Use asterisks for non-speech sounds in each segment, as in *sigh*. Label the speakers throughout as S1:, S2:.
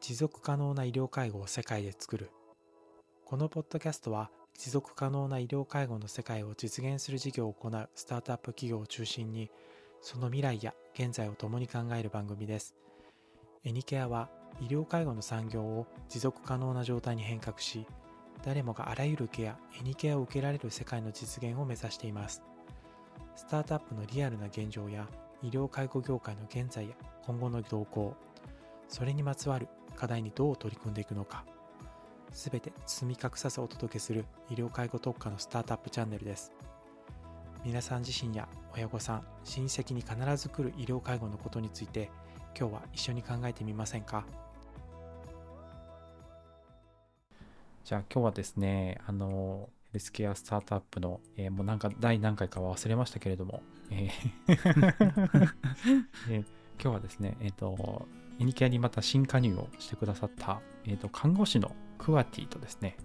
S1: 持続可能な医療介護を世界で作るこのポッドキャストは持続可能な医療介護の世界を実現する事業を行うスタートアップ企業を中心にその未来や現在を共に考える番組ですエニケアは医療介護の産業を持続可能な状態に変革し誰もがあらゆるケアエニケアを受けられる世界の実現を目指していますスタートアップのリアルな現状や医療介護業界の現在や今後の動向それにまつわる課題にどう取り組んでいくのかすべて包み隠さずお届けする医療介護特化のスタートアップチャンネルです皆さん自身や親御さん親戚に必ず来る医療介護のことについて今日は一緒に考えてみませんかじゃあ今日はですねあのヘルスケアスタートアップの、えーもうなんか第何回かは忘れましたけれども、えー *laughs* えー今日はですねえっ、とエニケアにまた新加入をしてくださった、えー、と看護師のクワティとですね、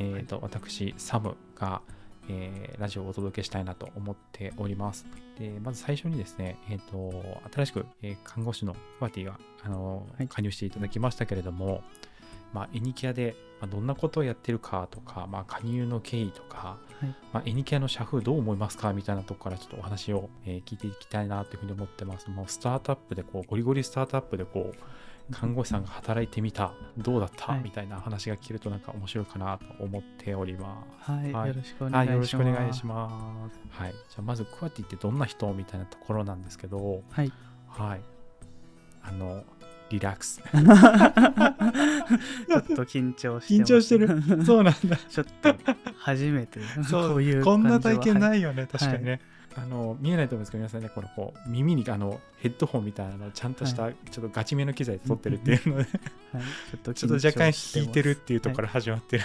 S1: えーと私サムが、えーラジオをお届けしたいなと思っておりますでまず最初にですね、えー、と新しく、えー看護師のクワティが、あの
S2: はい
S1: 加入していただきましたけれども、まあ、エニケアでまあどんなことをやってるかとか、まあ、加入の経緯とか、
S2: はい
S1: まあ、エニケアの社風どう思いますかみたいなとこからちょっとお話を、えー聞いていきたいなというふうに思ってます。もうスタートアップでこうゴリゴリスタートアップでこう看護師さんが働いてみたどうだった、
S2: はい
S1: みたいな話が聞けるとなんか面白いかなと思っております。
S2: はい、
S1: はい
S2: よろしくお願
S1: はいい、
S2: します。
S1: よろしくお願いします。はい、じゃあまずクワティってどんな人みたいなところなんですけど、
S2: はい。
S1: はい、あのリラックス。
S2: ちょっと緊張してます。
S1: 緊張してるそうなんだ。
S2: *laughs* ちょっと初めて *laughs*
S1: そう
S2: こういう
S1: こんな体験
S2: い。
S1: ないよね、確かにね。あの見えないと思うんですけど、皆さんね、このこう耳にあのヘッドホンみたいなのをちゃんとした、ちょっとガチめの機材で撮ってるっていうので、
S2: はい、ちょっ
S1: *laughs*
S2: と
S1: ちょっと
S2: 緊張
S1: 若干
S2: して
S1: 引
S2: ます
S1: いてるっていうところから始まってる、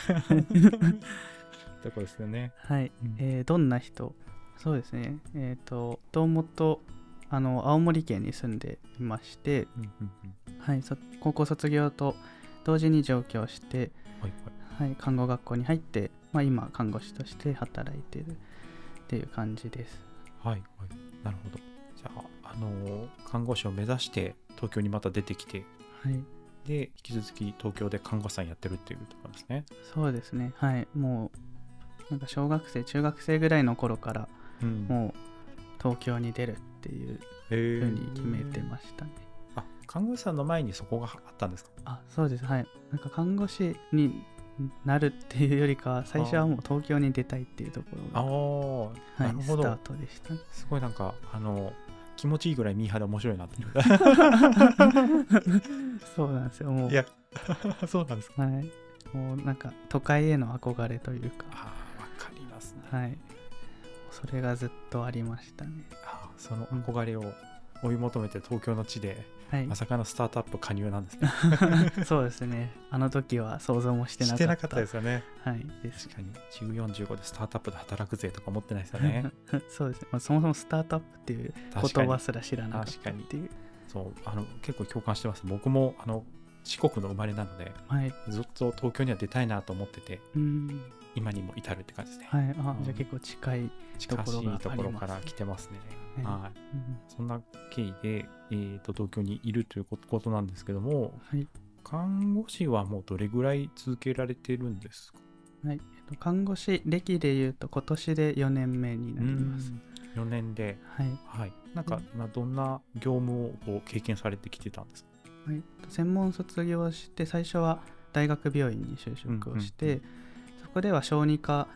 S1: *laughs* ところですよ *laughs* ね。
S2: はい、
S1: うん
S2: えーどんな人そうですね。えっ、と、もともとあの青森県に住んでいまして、
S1: うんうんうん
S2: はい、そ高校卒業と同時に上京して、
S1: はい
S2: はい、看護学校に入って、まあ、今看護師として働いてるっていう感じです。
S1: はいはいはいなるほど。じゃあ、あの看護師を目指して東京にまた出てきて、
S2: はい。
S1: で引き続き東京で看護師さんやってるっていうところですね。
S2: そうですねはいもうなんか小学生中学生ぐらいの頃から
S1: うん
S2: もう東京に出るっていう
S1: へ
S2: ふ
S1: ー
S2: うに決めてましたね、
S1: あ看護師さんの前にそこがあったんですか
S2: あそうですはいなんか看護師になるっていうよりかは最初はもう東京に出たいっていうとこ
S1: あ
S2: ろ
S1: あ、
S2: が、は、
S1: ないる
S2: ス
S1: ほ
S2: ター
S1: ど。
S2: トで
S1: *laughs*
S2: したね
S1: すごいなんか、あの、気持ちいいぐらいミーハーで面白いなって。
S2: そうなんですよも
S1: *laughs*
S2: う
S1: いや、 *laughs* そうなんですか。
S2: はいもうなんか都会への憧れというか
S1: ああ、わかりますね。
S2: はいそれがずっとありましたね
S1: あーその憧れを追い求めて東京の地で、
S2: はい
S1: まさかのスタートアップ加入なんですね。
S2: そうですねあの時は想像もしてな
S1: *laughs*
S2: か
S1: *laughs* し
S2: った
S1: てなかったですよね。
S2: はいです
S1: 確かに、14、15でスタートアップで働くぜとか思ってないですよね。
S2: *laughs* そうですね、まあ、そもそもスタートアップっていう
S1: 確か
S2: 言
S1: に
S2: 葉。すら知らなかったっていう
S1: そう、あの、結構共感してます。僕も、あの、四国の生まれなので、
S2: はい、
S1: ずっと東京には出たいなと思ってて、
S2: うん
S1: 今にも至るって感じですね。
S2: はい、あ
S1: うん
S2: じゃあ結構近い、うん
S1: 近しいところから来てますね。
S2: ね
S1: はい、そんな経緯で、えー、と東京にいるということことなんですけども
S2: はい
S1: 看護師はもうどれぐらい続けられてるんですか
S2: はいえっと看護師歴でいうと今年で4年目になります
S1: 4年で、
S2: はい、は
S1: はい、なんか
S2: うん
S1: 今どんな業務をこう経験されてきてたんですか、
S2: いえっと専門卒業して最初は大学病院に就職をして、
S1: うんう
S2: そこでは小児科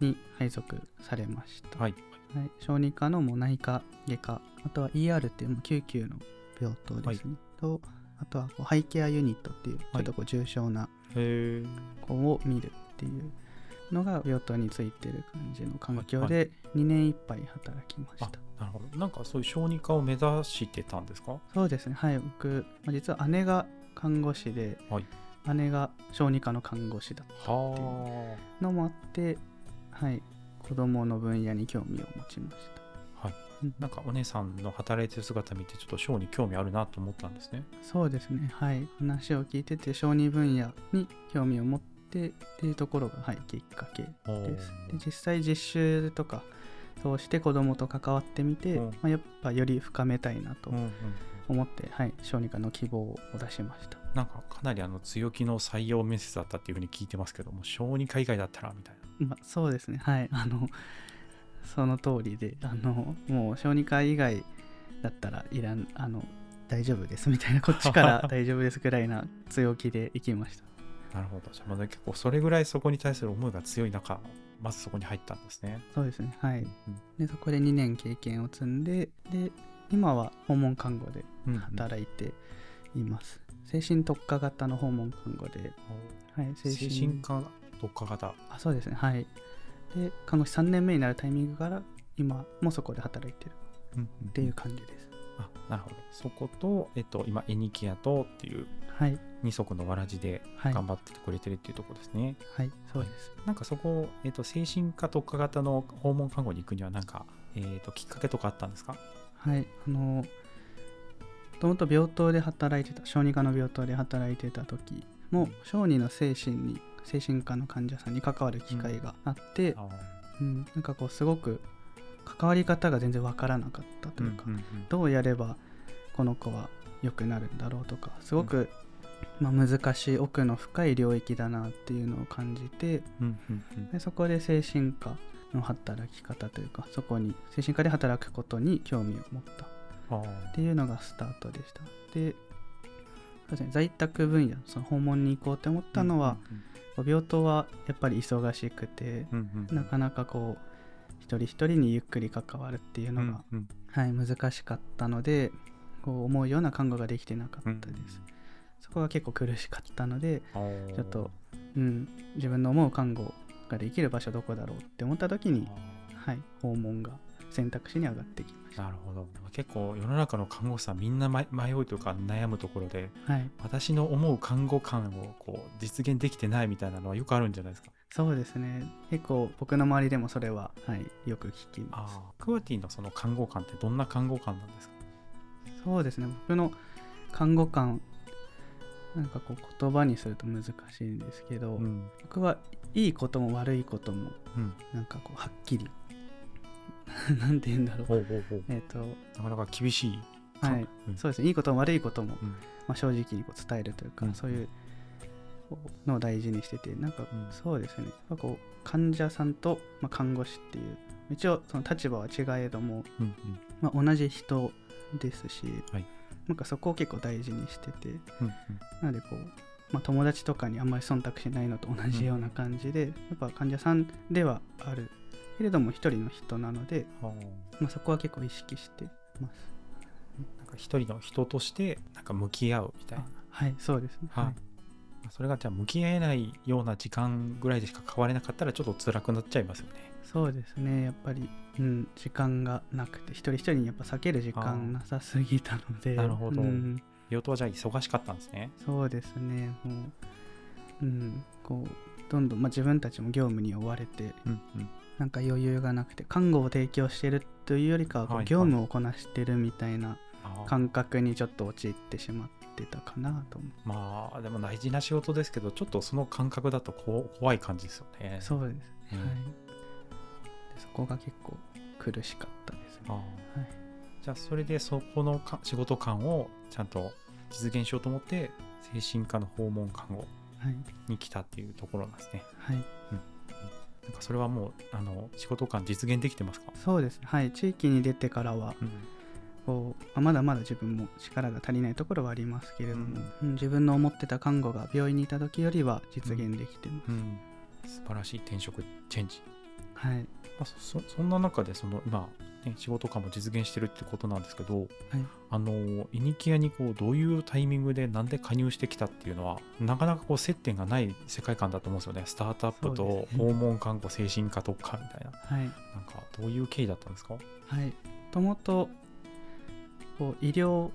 S2: に配属されました、
S1: はい
S2: はい、小児科のもう内科外科あとは ER っていうもう救急の病棟ですね、とあとはこうハイケアユニットっていうちょっとこう重症な
S1: へえ
S2: 子を見るっていうのが病棟についてる感じの環境
S1: は
S2: で2年いっぱい働きました、
S1: あなるほどなんかそういう小児科を目指してたんですか
S2: そうですねはい僕まあ実は姉が看護師で、
S1: はい
S2: 姉が小児科の看護師だっ
S1: は
S2: たのもあってはい子供の分野に興味を持ちまし
S1: あはいなんかお姉さんの働いてる姿見てちょっと小児興味あるなと思ったんですね
S2: そうですねはい話を聞いてて小児分野に興味を持ってっていうところが、はい、きっかけで
S1: おー
S2: すで実際実習とかそうして子どもと関わってみて、
S1: うん
S2: まあ、やっぱより深めたいなと
S1: うんうん
S2: 思って、はい、小児科の希望を出しました。
S1: なんかかなりあの強気の採用面接だったっていうふうに聞いてますけども小児科以外だったらみたいな
S2: まあ、そうですねはい *laughs* あのその通りであのもう小児科以外だったらいらんあの大丈夫ですみたいなこっちから
S1: *laughs*
S2: 大丈夫ですぐらいな強気で行きました
S1: なるほどじゃあまだ結構それぐらいそこに対する思いが強い中まずそこに入ったんですね、
S2: そうですねはい
S1: うん
S2: でそこで2年経験を積んでで今は訪問看護で
S1: うんうん
S2: 働いています、精神特化型の訪問看護で、はい、
S1: 精神科特化型
S2: あそうですねはいで看護師3年目になるタイミングから今もそこで働いてる
S1: うんうん
S2: っていう感じです
S1: あなるほどそこと、えっと、今エニキアとっていう
S2: はい
S1: 二足のわらじで
S2: はい
S1: 頑張っててくれてるっていうところですね、
S2: はいそうです
S1: なんかそこ、えっと、精神科特化型の訪問看護に行くにはなんか、えっときっかけとかあったんですか
S2: はいあのもともと病棟で働いてた小児科の病棟で働いてた時も小児の精神に精神科の患者さんに関わる機会があって、
S1: あ
S2: うんなんかこうすごく関わり方が全然わからなかったというか、
S1: んん
S2: どうやればこの子は良くなるんだろうとかすごく、まあ、難しい奥の深い領域だなっていうのを感じて
S1: うんうんうん
S2: でそこで精神科の働き方というかそこに精神科で働くことに興味を持った
S1: あ
S2: っていうのがスタートでしたでそうですね在宅分野その訪問に行こうって思ったのは、こう病棟はやっぱり忙しくて
S1: うんうんうん
S2: なかなかこう一人一人にゆっくり関わるっていうのが、
S1: うんうん
S2: はい、難しかったのでこう思うような看護ができてなかったです、そこが結構苦しかったので、
S1: あー
S2: ちょっとうん、自分の思う看護ができる場所どこだろうって思った時に、
S1: あ
S2: はい、訪問が選択肢に上がってきまし
S1: ーなるほど結構世の中の看護師さんみんな迷迷うというか悩むところで
S2: た、はい、
S1: 私の思う看護官をこう実現できてないみたいなのはよくあるんじゃないですか
S2: そうですね結構僕の周りでもそれは、はい、よく聞きます
S1: あークワティのその看護官ってどんな看護官なんですか
S2: そうですね僕の看護官なんかこう言葉にすると難しいんですけど、
S1: うん
S2: 僕はいいことも悪いことも
S1: うん
S2: なんかこうはっきり *laughs* なんて言うんだろう
S1: ほうほうほう
S2: えっ、と
S1: なかなか厳しいか
S2: はい
S1: うん
S2: そうですねいいことも悪いことも、
S1: うん
S2: まあ、正直にこう伝えるというか、
S1: うん
S2: そういうこうのを大事にしててなんか
S1: うん
S2: そうですね、やっぱこう患者さんと、まあ、看護師っていう一応その立場は違えども、
S1: うんうん
S2: まあ、同じ人ですし、
S1: はい
S2: なんかそこを結構大事にしてて
S1: うんうん
S2: なのでこう、まあ、友達とかにあんまり忖度しないのと同じような感じで、やっぱ患者さんではあるけれども一人の人なので、
S1: あー
S2: まあ、そこは結構意識してます。
S1: なんか一人の人としてなんか向き合うみたいな
S2: はい、そうですね。
S1: はい、それがじゃあ向き合えないような時間ぐらいでしか変われなかったらちょっと辛くなっちゃいますよね。
S2: そうですね。やっぱり、うん、時間がなくて、一人一人にやっぱ避ける時間なさすぎたので、
S1: なるほど
S2: うん、
S1: 病棟はじゃあ忙しかったんですね。
S2: そうですね。もう、うん、こう、どんどん、まあ、自分たちも業務に追われて、
S1: うんうん、
S2: なんか余裕がなくて、看護を提供してるというよりかはこう、
S1: はい
S2: 業務をこなしてるみたいな
S1: あー
S2: 感覚にちょっと陥ってしまってたかなと思う。
S1: まあでも大事な仕事ですけどちょっとその感覚だとこう怖い感じですよね。う
S2: そうですね。
S1: うん
S2: はいで。そこが結構苦しかったですね。
S1: あー
S2: はい
S1: じゃあそれでそこのか仕事感をちゃんと実現しようと思って精神科の訪問看護
S2: はい。
S1: に来たっていうところなんですね。
S2: はい
S1: なんかそれはもうあの仕事感実現できてますか、
S2: そうですね、はい、地域に出てからは
S1: うん
S2: こうあまだまだ自分も力が足りないところはありますけれども、
S1: うん
S2: うん自分の思ってた看護が病院にいた時よりは実現できてます、
S1: うん、素晴らしい転職チェンジ。
S2: はい
S1: まあ、そそそんな中でその今、ね、仕事感も実現してるってことなんですけど、あのイニキアにこうどういうタイミングでなんで加入してきたっていうのはなかなかこう接点がない世界観だと思うんですよねスタートアップ
S2: そう
S1: と
S2: ですね
S1: 訪問看護精神科特化みたいな
S2: はい
S1: なんかどういう経緯だったんですか
S2: はいもともとこう医療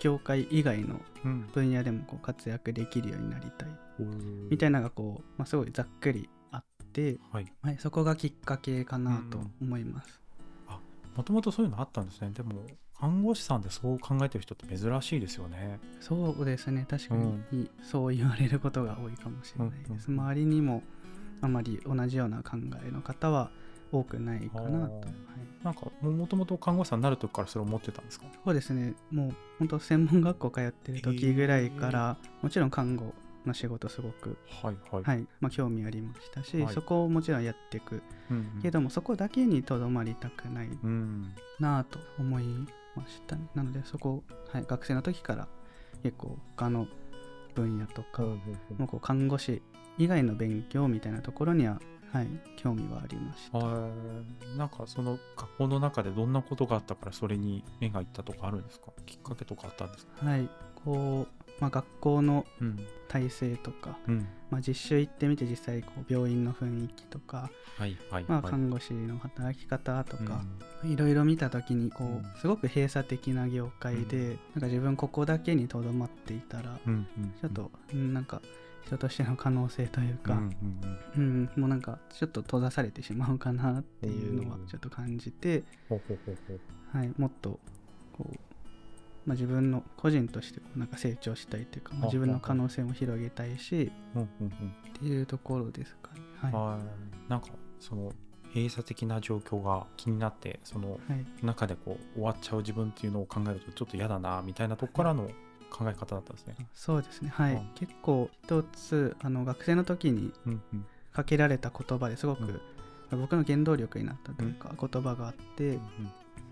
S2: 業界以外の
S1: うん
S2: 分野でもこう活躍できるようになりたいみ
S1: み
S2: た
S1: い
S2: いなのがこう、まあ、すごいざっくりあって、
S1: なはい
S2: はい、そこがきっかけかなと思います、
S1: もともとそういうのあったんですねでも看護師さんでそう考えてる人って珍しいですよね
S2: そうですね確かにそう言われることが多いかもしれないです、
S1: うんうん
S2: 周りにもあまり同じような考えの方は多くないかなと、
S1: おー
S2: はい、
S1: なんかもともと看護師さんになる時からそれを持ってたんですか
S2: そうですねもう本当専門学校通ってる時ぐらいから、もちろん看護の仕事すごく、
S1: はいはい、
S2: はいまあ、興味ありましたし、
S1: はい
S2: そこをもちろんやっていく
S1: うんうん
S2: けども、そこだけにとどまりたくない
S1: うん
S2: なぁと思いましたねなのでそこ、はい、学生の時から結構他の分野とか、もうこう看護師以外の勉強みたいなところには、はい、興味はありました
S1: はいなんかその学校の中でどんなことがあったからそれに目がいったとかあるんですかきっかけとかあったんですか
S2: はいこう、まあ、学校の
S1: うん
S2: 体制とか、
S1: うん
S2: まあ、実習行ってみて実際こう病院の雰囲気とか、
S1: はいはい
S2: まあ、
S1: はい
S2: 看護師の働き方と
S1: うん
S2: か、いろいろ見た時にこ
S1: うん
S2: うすごく閉鎖的な業界で、
S1: うん
S2: なんか自分ここだけにとどまっていたら
S1: うんうん
S2: ちょっと、うんなんか人としての可能性と
S1: う
S2: いう
S1: んう
S2: か、
S1: んうん
S2: うん、もうなんかちょっと閉ざされてしまうかなっていうのは
S1: うん
S2: ちょっと感じて、
S1: ほうほうほうほう
S2: はい、もっとこう、まあ、自分の個人としてこうなんか成長したいというか、まあ
S1: あ
S2: 自分の可能性も広げたいし
S1: うんうんうん
S2: っていうところですかね。はい
S1: はいなんかその閉鎖的な状況が気になってその
S2: はい
S1: 中でこう終わっちゃう自分っていうのを考えるとちょっと嫌だなみたいなとこからの考え方だったんですね。
S2: そうですね、はい
S1: うん
S2: 結構一つあの学生の時に
S1: うんうん
S2: かけられた言葉ですごく、
S1: うん
S2: 僕の原動力になったというか、言葉があって、
S1: うん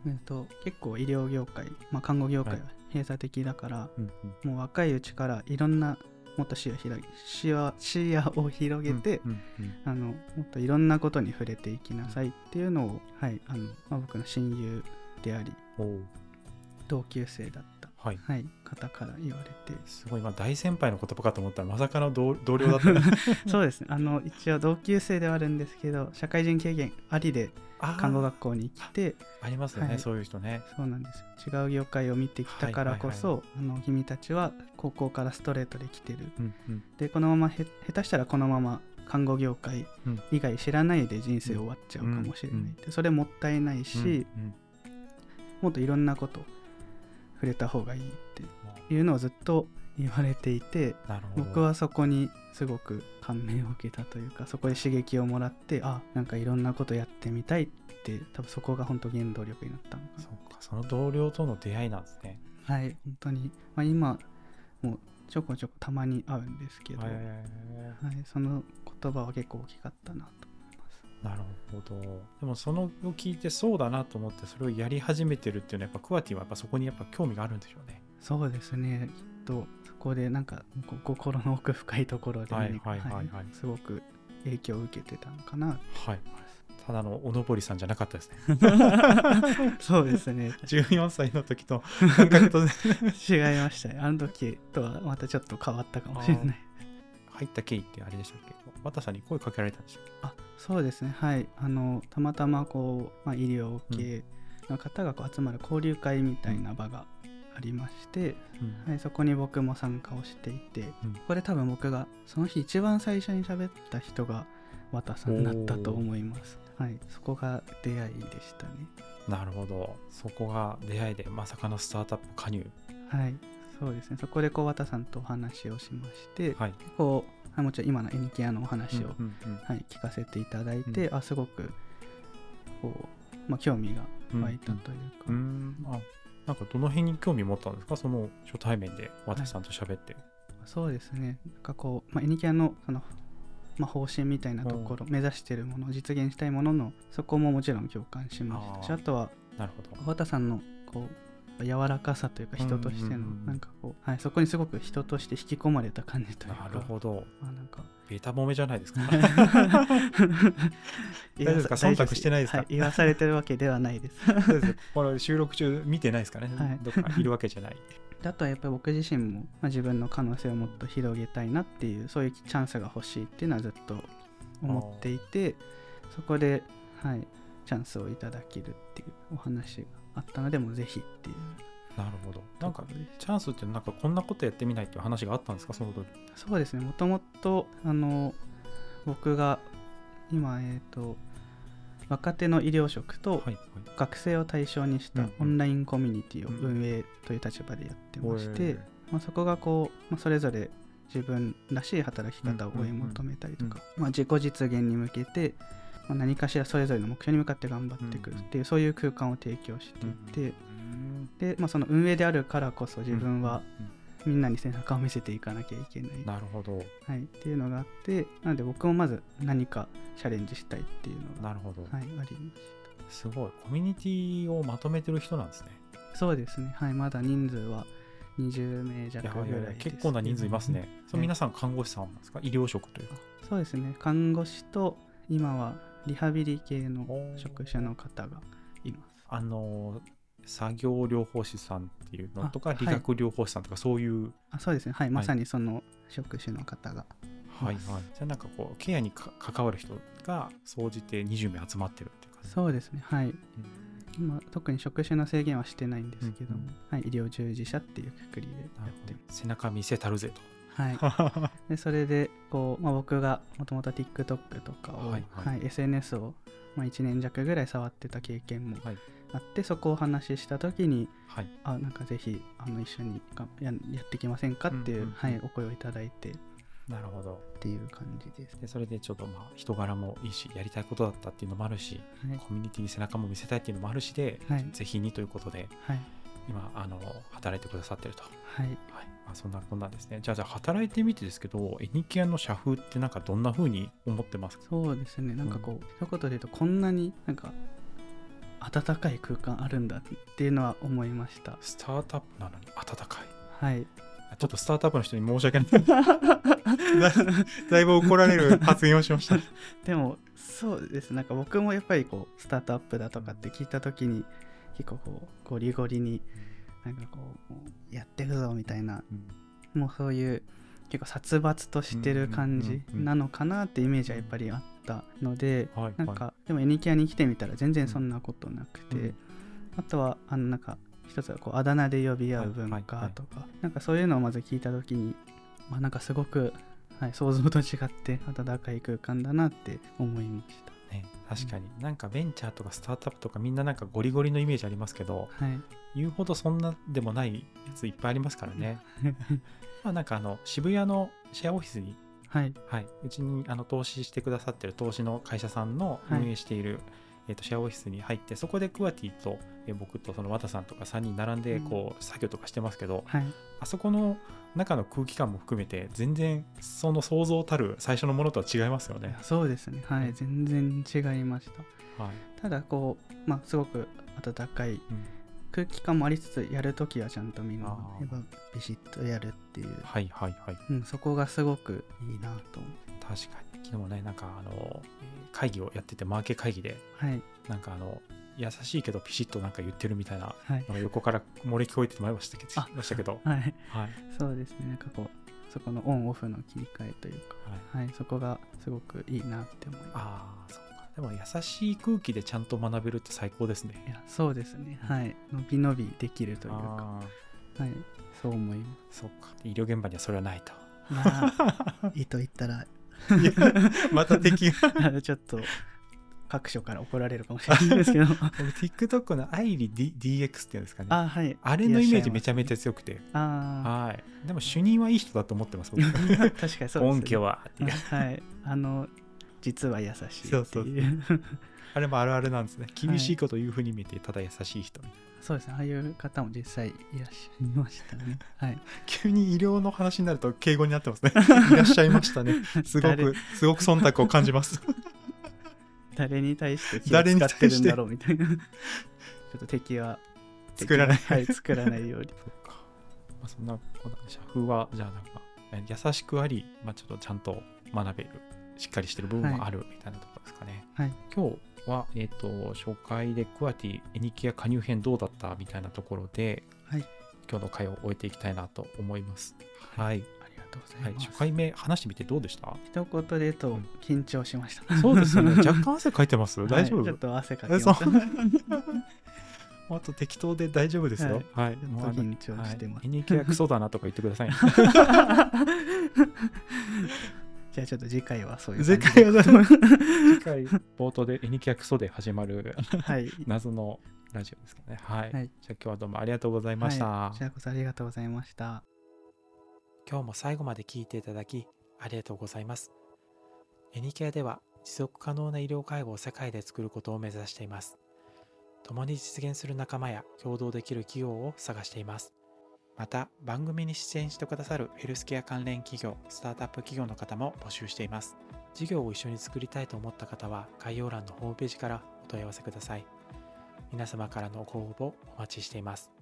S2: えっと、結構医療業界、まあ、看護業界
S1: は
S2: は閉鎖的だから、
S1: うんうん
S2: もう若いうちからいろんなもっと視野を広げ視野視野を広げて、
S1: うんうん
S2: あのもっといろんなことに触れていきなさいっていうのを、はいあのまあ、僕の親友であり
S1: うんおう
S2: 同級生だった、
S1: はい
S2: はい、方から言われて
S1: すごい今大先輩の言葉かと思ったらまさかの *laughs* 同同僚だった
S2: *laughs* そうですねあの一応同級生ではあるんですけど社会人経験ありで
S1: あー
S2: 看護学校に来て
S1: ありますよね、
S2: はい
S1: そういう人ね。
S2: そうなんです違う業界を見てきたからこそ、あの君たちは高校からストレートで来てる
S1: うんうん
S2: でこのままへ下手したらこのまま看護業界
S1: うん
S2: 以外知らないで人生終わっちゃうかもしれない、
S1: うんうん
S2: でそれもったいないし、
S1: うんうん
S2: もっといろんなこと触れた方がいいっていうのをずっと言われていて
S1: なるほど
S2: 僕はそこにすごく感銘を受けたというかそこで刺激をもらってあなんかいろんなことやってみたいって多分そこが本当原動力になったのかな
S1: そうかその同僚との出会いなんですね。
S2: はい本当に、まあ、今もうちょこちょこたまに会うんですけ
S1: へ
S2: ど、
S1: ー
S2: はい、その言葉は結構大きかったなと思います
S1: なるほど。でもそのを聞いてそうだなと思ってそれをやり始めてるっていうのはやっぱクワティはやっぱそこにやっぱ興味があるんでしょうね。
S2: そうですねきっとそこでなんかこう心の奥深いところで、
S1: はい
S2: 何か
S1: はいはいはい
S2: すごく影響を受けてたのか
S1: *laughs*
S2: な
S1: はい。ただのおのぼりさんじゃなかったですね。
S2: そうですね
S1: 14歳の時と感覚とね
S2: 違いましたねあの時とはまたちょっと変わったかもしれない
S1: 入った経緯ってあれでしたっけ渡さんに声かけられたんでしたっけ
S2: あそうですねはいあのたまたまこう、まあ、医療系の方がこう集まる交流会みたいな場がありまして、はい、そこに僕も参加をしていて、
S1: うん
S2: ここで多分僕がその日一番最初に喋った人が綿さんだったと思います、はい、そこが出会いでしたね
S1: なるほど。そこが出会いでまさかのスタートアップ加入。
S2: はいそうですねそこでこう綿さんとお話をしまして、
S1: はい。
S2: こうはいもちろん今のエニケアのお話を、
S1: うんうん
S2: はい、聞かせていただいて、あすごくこう、まあ、興味が
S1: うん
S2: 湧いたというか、
S1: うんうんあなんかどの辺に興味持ったんですかその初対面で渡さんと喋って。
S2: そうですねなんかこう、まあ、エニキャのその、まあ、方針みたいなところ、目指してるもの実現したいもののそこももちろん共感しましたし
S1: あー
S2: あとは
S1: なるほど。
S2: 小田さんのこう柔らかさというか人として
S1: う
S2: の
S1: んうんうんうん
S2: なんかこう、はい、そこにすごく人として引き込まれた感じというか
S1: なるほど。
S2: まあなん
S1: *laughs*
S2: か
S1: ベタ褒めじゃない *laughs* ですか。
S2: *laughs* 言わ
S1: ですか
S2: さ大丈夫
S1: 忖度してないですか
S2: はい、言わされてるわけではないです
S1: そうですこれ収録中見てないですからね、
S2: はい
S1: どっかいるわけじゃない。
S2: あとはやっぱり僕自身も、まあ、自分の可能性をもっと広げたいなっていうそういうチャンスが欲しいっていうのはずっと思っていてそこで、はい、チャンスをいただけるっていうお話があったのでもうぜひっていう
S1: *laughs* なるほど。なんか
S2: ところで
S1: チャンスってなんかこんなことやってみないっていう話があったんですかその時。
S2: すそうですねもともとあの僕が今えっ、と若手の医療職
S1: は
S2: と
S1: いはい。
S2: 学生を対象にし
S1: う
S2: た
S1: んう
S2: オ
S1: ん
S2: ンラインコミュニティを運営という立場でやってまして、
S1: へー
S2: まあ、そこがこう、まあ、それぞれ自分らしい働き方を追い求めたりとか、まあ、自己実現に向けて、ままあ何かしらそれぞれの目標に向かって頑張っていくっていう、そういう空間を提供していて、で、まあ、その運営であるからこそ自分はみんなに背中を見せていかなきゃいけない、
S1: なるほど
S2: はい、っていうのがあってなので僕もまず何かチャレンジしたいっていうのが、
S1: なるほど、
S2: はい、あります
S1: すごいコミュニティをまとめてる人なんですね
S2: そうですね、はい、まだ人数は20名弱
S1: や
S2: ぐらい
S1: ばいやば
S2: です
S1: い
S2: ね
S1: 結構な人数いますね、それ皆さん看護師さんなんですか医療職というか
S2: そうですね看護師と今はリハビリ系の
S1: おー
S2: 職種の方がいます
S1: あの作業療法士さんっていうのと
S2: あ
S1: か
S2: はい
S1: 理学療法士さんとかそういう
S2: あそうですねはい
S1: い
S2: まさにその職種の方が、
S1: はいはいじゃあなんかこうケアにか関わる人が総じて20名集まってるっていう感じ
S2: そうですねはい今特に職種の制限はしてないんですけど
S1: う
S2: も、
S1: んうん
S2: はい、医療従事者っていうくくりでや
S1: な
S2: っ
S1: るほ
S2: て
S1: ど
S2: ます
S1: 背中見せたるぜと *laughs*
S2: はい、でそれでこう、まあ、僕がもともと TikTok とかを、は
S1: はいいはい
S2: SNS を、まあ、1年弱ぐらい触ってた経験も
S1: はい
S2: あって、そこをお話しした時に
S1: はい
S2: あなんかぜひあの一緒にがややってきませんかっていう、
S1: うんうんうん
S2: はい、お声をいただいてっ
S1: なるほど
S2: ていう感じです、
S1: でそれでちょっとまあ人柄もいいしやりたいことだったっていうのもあるし
S2: はい
S1: コミュニティに背中も見せたいっていうのもあるしで、
S2: はい
S1: ぜひにということで
S2: はい
S1: 今あの働いてくださってると、は
S2: はい、
S1: いまあ、そんなこんなんですねじゃあじゃあ働いてみてですけどエニキアの社風ってなんかどんな風に思ってますか
S2: そうですねなんかこう、一言で言うとこんなになんか温かい空間あるんだっていうのは思いました
S1: スタートアップなのに温かい
S2: はい
S1: あちょっとスタートアップの人に申し訳ないだだいぶ怒られる発言をしました
S2: でもそうですなんか僕もやっぱりこうスタートアップだとかって聞いた時に結構こうゴリゴリになんかこうもうやってくぞみたいなもうそういう結構殺伐としてる
S1: う
S2: 感
S1: んう
S2: じ
S1: んうんうん
S2: なのかなってイメージはやっぱりあったので
S1: はい
S2: なんかでもエニキアに来てみたら全然そんなことなく
S1: う
S2: て
S1: ん
S2: あとはあのなんか一つはこうあだ名で呼び合う文
S1: はいはいは
S2: 化
S1: い
S2: とかなんかそういうのをまず聞いた時にまあなんかすごく、はい、想像と違って温かい空間だなって思いました。
S1: ね、確かに、なんかベンチャーとかスタートアップとかみんななんかゴリゴリのイメージありますけど
S2: はい、
S1: 言うほどそんなでもないやついっぱいありますから
S2: *laughs*
S1: ねまあなんかあの渋谷のシェアオフィスに
S2: はい、
S1: はい、うちにあの投資してくださってる投資の会社さんの
S2: はい
S1: 運営している、えー、とシェアオフィスに入ってそこでクワティと、えー僕とその和田さんとか3人並んでこう作業とかしてますけど、
S2: はい、
S1: あそこの中の空気感も含めて全然その想像たる最初のものとは違いますよね。
S2: そうですね、は、
S1: はいい
S2: 全然違いました。
S1: はい
S2: ただこう、まあ、すごく温かい
S1: うん
S2: 空気感もありつつやるときはちゃんとみんな
S1: あー
S2: やっぱビシッとやるっていう、
S1: はいはいはい
S2: うん、そこがすごくいいなと思
S1: 確かに昨日もねなんかあのえー会議をやっててマーケ会議で
S2: うはい
S1: なんかあの優しいけどピシッとなんか言ってるみたいな
S2: はい
S1: のが横から漏れ聞こえてまいりましたけ
S2: あ
S1: どましたけど、
S2: はい *laughs*
S1: はい
S2: そうですねなんかこうそこのオンオフの切り替えというか、
S1: はい、
S2: はい、そこがすごくいいなって思いま
S1: ああそうかでも優しい空気でちゃんと学べるって最高ですね
S2: すいやそうですねはい伸び伸びできるというか
S1: ああ
S2: はいそう思いま
S1: *laughs* そうか医療現場にはそれはないと
S2: すまあいいと言ったら
S1: *laughs* また敵 *laughs* が
S2: ちょっと各所から怒られるかもしれない
S1: *laughs*
S2: ですけど
S1: 僕 TikTok のアイリ D- DX っていうんですかねあ
S2: あはい
S1: れのイメージめち
S2: ゃ
S1: ゃめちゃ強くて
S2: あ
S1: はいでも主任はいい人だと思ってます *laughs* 僕
S2: あ確かにそうですね
S1: 根拠 *laughs* はっていう
S2: はい、あの実は優しいってい
S1: そ
S2: うそうう
S1: そう
S2: *laughs*
S1: あれもあるあるなんですね厳しいことを言うふうに見えてただ優しい人みたいな
S2: ですねああいう方も実際いらっしゃいましたねはい
S1: *laughs* 急に医療の話になると敬語になって *laughs* ますねいらっしゃいましたねすご
S2: 誰
S1: くすごく忖度を感じます
S2: 誰に対して気を使ってるんだろうみたいな *laughs* ちょっと敵は
S1: 作らない
S2: 敵ははい作らないよ
S1: *laughs*
S2: うに
S1: そっか。まあ、そんな、こんな社風は、じゃあなんか、え優しくあり、まあ、ちょっとちゃんと学べる、しっかりしてる部分もあるみたいなところですかね。
S2: はい
S1: 今日は、えっ、と、紹介でクアティ、エニキア加入編どうだったみたいなところで、
S2: はい
S1: 今日の会を終えていきたいなと思います。はい。
S2: ありがとうござ
S1: はいい、
S2: ます、
S1: 初回目話してみてどうでした
S2: 一言で言う
S1: う
S2: と
S1: ん
S2: 緊張しました
S1: そうです *laughs* よね。
S2: *laughs* はい
S1: 若干汗かいてます。大丈夫、
S2: ちょっと汗かき
S1: え
S2: まし
S1: そ
S2: た
S1: う
S2: ちょ *laughs* っと
S1: あと適当で大丈夫ですよ。はい。もうあの
S2: 緊張してま
S1: は
S2: す、
S1: い、エニキアクソだなとか言ってください *laughs* ね。
S2: *laughs* じゃあちょっと次回はそういう
S1: 次
S2: 感じで
S1: 回は次回冒頭で「エニキャクソ」で始まる
S2: *laughs* はい
S1: 謎のラジオですかねはい、
S2: はい
S1: じゃあ今日はどうもありがとうございました、
S2: こちらこそありがとうございました
S1: 今日も最後まで聞いていただきありがとうございますエニケアでは持続可能な医療介護を世界で作ることを目指しています共に実現する仲間や共同できる企業を探していますまた番組に出演してくださるヘルスケア関連企業スタートアップ企業の方も募集しています事業を一緒に作りたいと思った方は概要欄のホームページからお問い合わせください皆様からのご応募お待ちしています